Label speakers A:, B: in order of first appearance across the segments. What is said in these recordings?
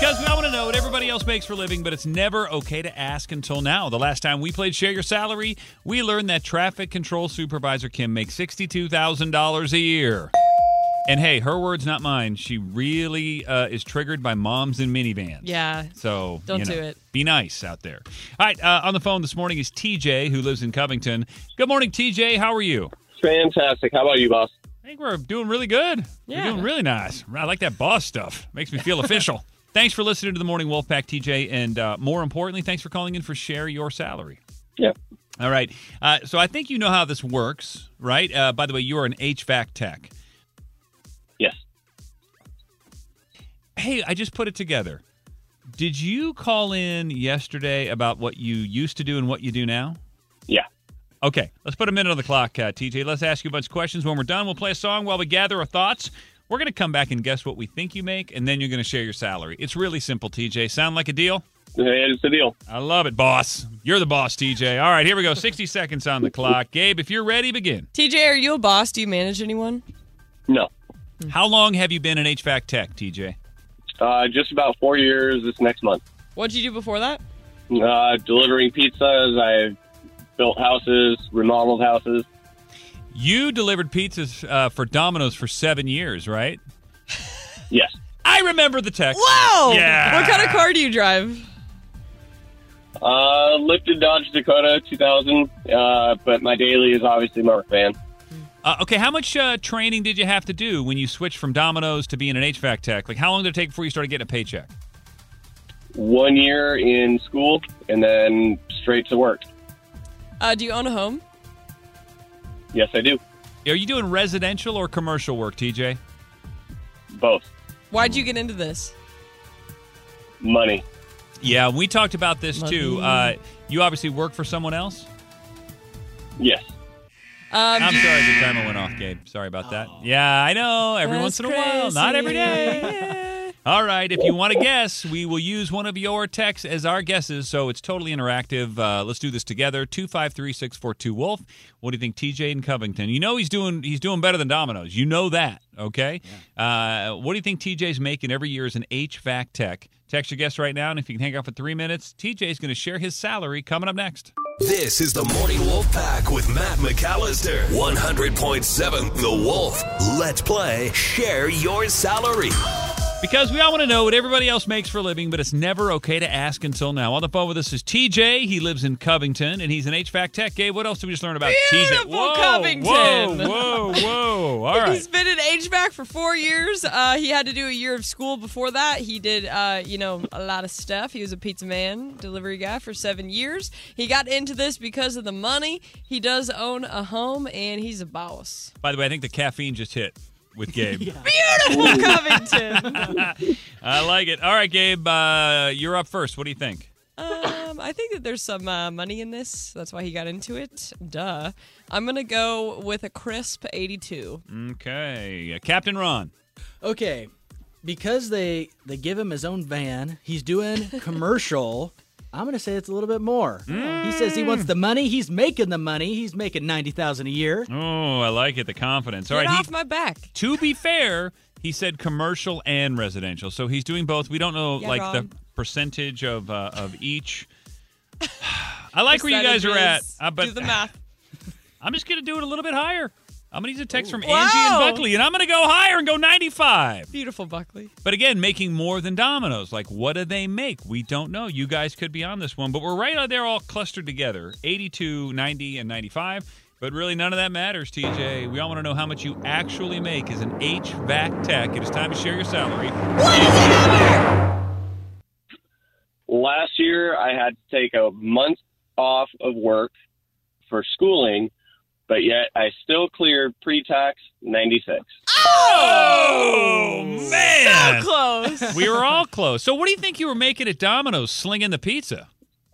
A: Because we all want to know what everybody else makes for a living, but it's never okay to ask until now. The last time we played Share Your Salary, we learned that traffic control supervisor Kim makes $62,000 a year. And hey, her words, not mine. She really uh, is triggered by moms in minivans.
B: Yeah.
A: So
B: Don't
A: you know,
B: do it.
A: Be nice out there. All right. Uh, on the phone this morning is TJ, who lives in Covington. Good morning, TJ. How are you?
C: Fantastic. How about you, boss?
A: I think we're doing really good.
B: Yeah.
A: We're doing really nice. I like that boss stuff. Makes me feel official. Thanks for listening to the Morning Wolfpack, TJ, and uh, more importantly, thanks for calling in for share your salary.
C: Yep.
A: All right. Uh, so I think you know how this works, right? Uh, by the way, you are an HVAC tech.
C: Yes.
A: Hey, I just put it together. Did you call in yesterday about what you used to do and what you do now?
C: Yeah.
A: Okay, let's put a minute on the clock, uh, TJ. Let's ask you a bunch of questions. When we're done, we'll play a song while we gather our thoughts. We're going to come back and guess what we think you make, and then you're going to share your salary. It's really simple, TJ. Sound like a deal?
C: It's the deal.
A: I love it, boss. You're the boss, TJ. All right, here we go. 60 seconds on the clock. Gabe, if you're ready, begin.
B: TJ, are you a boss? Do you manage anyone?
C: No.
A: How long have you been an HVAC tech, TJ?
C: Uh, just about four years this next month.
B: What'd you do before that?
C: Uh, delivering pizzas. I've built houses, remodeled houses.
A: You delivered pizzas uh, for Domino's for seven years, right?
C: Yes.
A: I remember the text.
B: Wow.
A: Yeah.
B: What kind of car do you drive?
C: Uh, lifted Dodge Dakota 2000, uh, but my daily is obviously Mark Van.
A: Uh, okay, how much uh, training did you have to do when you switched from Domino's to being an HVAC tech? Like, how long did it take before you started getting a paycheck?
C: One year in school and then straight to work.
B: Uh, do you own a home?
C: Yes, I do.
A: Are you doing residential or commercial work, TJ?
C: Both.
B: Why'd you get into this?
C: Money.
A: Yeah, we talked about this too. Uh,
B: Money.
A: you obviously work for someone else.
C: Yes.
B: Um,
A: I'm sorry the timer went off, Gabe. Sorry about that. Yeah, I know. Every
B: That's
A: once in a while, not every
B: crazy.
A: day. All right, if you want to guess, we will use one of your texts as our guesses, so it's totally interactive. Uh, let's do this together. Two five three six four two Wolf. What do you think, TJ in Covington? You know he's doing he's doing better than Domino's. You know that, okay? Uh, what do you think TJ's making every year as an HVAC tech? Text your guess right now, and if you can hang out for three minutes, TJ's going to share his salary coming up next.
D: This is the Morning Wolf Pack with Matt McAllister. 100.7 The Wolf. Let's play Share Your Salary.
A: Because we all want to know what everybody else makes for a living, but it's never okay to ask until now. On the phone with us is TJ. He lives in Covington, and he's an HVAC tech. Gabe, what else did we just learn about TJ?
B: Beautiful Covington.
A: Whoa, whoa, whoa. All right.
B: He's been in HVAC for four years. Uh, he had to do a year of school before that. He did, uh, you know, a lot of stuff. He was a pizza man, delivery guy for seven years. He got into this because of the money. He does own a home, and he's a boss.
A: By the way, I think the caffeine just hit with Gabe.
B: Beautiful Covington.
A: I like it. All right, Gabe, uh, you're up first. What do you think?
B: Um, I think that there's some uh, money in this. That's why he got into it. Duh. I'm gonna go with a crisp 82.
A: Mm. Okay. Captain Ron.
E: Okay, because they they give him his own van, he's doing commercial. I'm gonna say it's a little bit more. He
A: Mm.
E: says he wants the money. He's making the money. He's making ninety thousand a year.
A: Oh, I like it. The confidence. All
B: Get
A: right. he-
B: off my back.
A: to be fair, he said commercial and residential, so he's doing both. We don't know
B: Yeah,
A: like
B: Rob.
A: the percentage of uh, of each. I like where you guys are at. uh, I
B: Percentages.
A: bet
B: Do the math.
A: I'm just gonna do it a little bit higher. I'm going to use a text from Angie
B: Wow.
A: and Buckley, and I'm going to go higher and go 95.
B: Beautiful, Buckley.
A: But again, making more than Domino's. Like, what do they make? We don't know. You guys could be on this one, but we're right out there all clustered together 82, 90, and 95. But really, none of that matters, TJ. We all want to know how much you actually make as an HVAC tech. It is time to share your salary.
C: Last year, I had to take a month off of work for schooling, but yet I still cleared pre-tax 96.
A: Oh, man.
B: So close.
A: we were all close. So, what do you think you were making at Domino's slinging the pizza?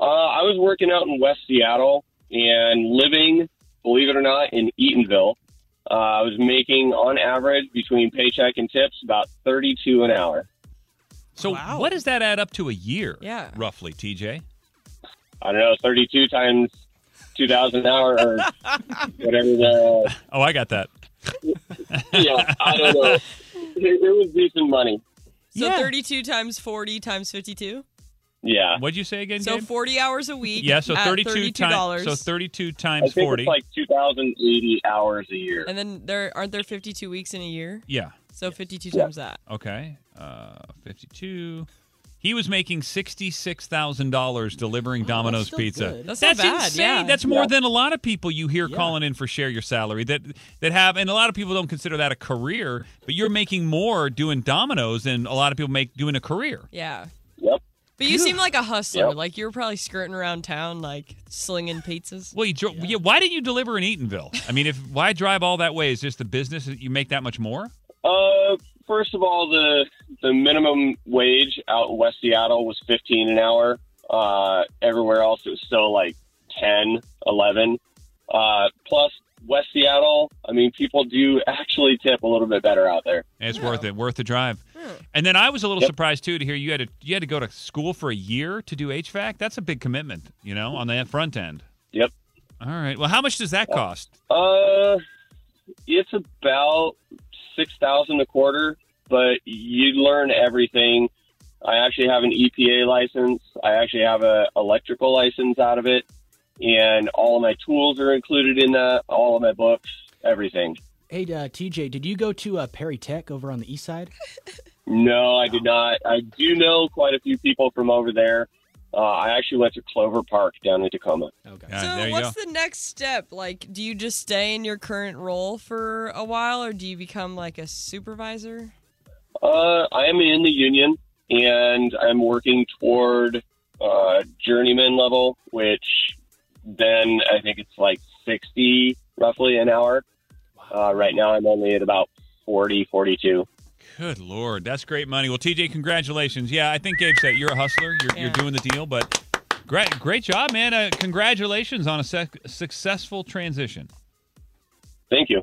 C: Uh, I was working out in West Seattle and living, believe it or not, in Eatonville. Uh, I was making, on average, between paycheck and tips, about 32 an hour.
A: So,
B: Wow.
A: what does that add up to a year?
B: Yeah.
A: Roughly, TJ.
C: I don't know, 32 times 2,000 an hour or whatever the,
A: Oh, I got that.
C: you know, I don't know. It, it was decent money.
B: so
A: Yeah.
B: 32 times 40 times 52.
C: Yeah.
A: What'd you say again,
B: So
A: Gabe?
B: 40 hours a week.
A: Yeah, so
B: at
A: 32 times.
B: $32.
A: So 32
C: I
A: times
C: think
A: 40.
C: it's like 2,080 hours a year.
B: and then there aren't there 52 weeks in a year?
A: yeah.
B: So 52 times that.
A: Okay. Uh, 52. He was making $66,000 delivering Domino's
E: still
A: pizza.
E: good.
B: That's not bad,
A: insane.
B: yeah.
A: That's more than a lot of people you hear calling in for share your salary that that have and a lot of people don't consider that a career, but you're making more doing Domino's than a lot of people make doing a career.
B: Yeah.
C: Yep.
B: But you seem like a hustler.
C: Yep.
B: Like you're probably skirting around town, like slinging pizzas.
A: Well, you dro- yeah. why didn't you deliver in Eatonville? I mean, if why drive all that way? Is just the business that you make that much more?
C: Uh, first of all, the the minimum wage out in West Seattle was 15 an hour. Uh, everywhere else, it was still like 10, 11. Uh, plus, West Seattle, I mean, people do actually tip a little bit better out there.
A: It's worth it, worth the drive.
B: Hmm.
A: And then I was a little surprised too to hear you had to you had to go to school for a year to do HVAC. That's a big commitment, you know, on the front end.
C: Yep.
A: All right. Well, how much does that cost?
C: Uh, it's about six thousand a quarter, but you learn everything. I actually have an EPA license. I actually have a electrical license out of it, and all of my tools are included in that. All of my books, everything.
E: Hey, uh, TJ, did you go to uh, Perry Tech over on the east side?
C: No, I did not. I do know quite a few people from over there. Uh, I actually went to Clover Park down in Tacoma.
E: Okay.
A: Yeah,
B: so
A: there you
B: what's
A: go.
B: the next step? Like, do you just stay in your current role for a while, or do you become like a supervisor?
C: Uh, I am in the union, and I'm working toward uh, journeyman level, which then I think it's like 60 roughly an hour. Uh, right now, I'm only at about 40, 42.
A: Good lord, that's great money. Well, TJ, congratulations. Yeah, I think Gabe said you're a hustler. You're, you're
B: Yeah.
A: doing the deal, but great, great job, man. Uh, congratulations on a sec- successful transition.
C: Thank you.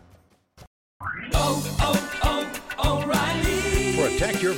F: Protect your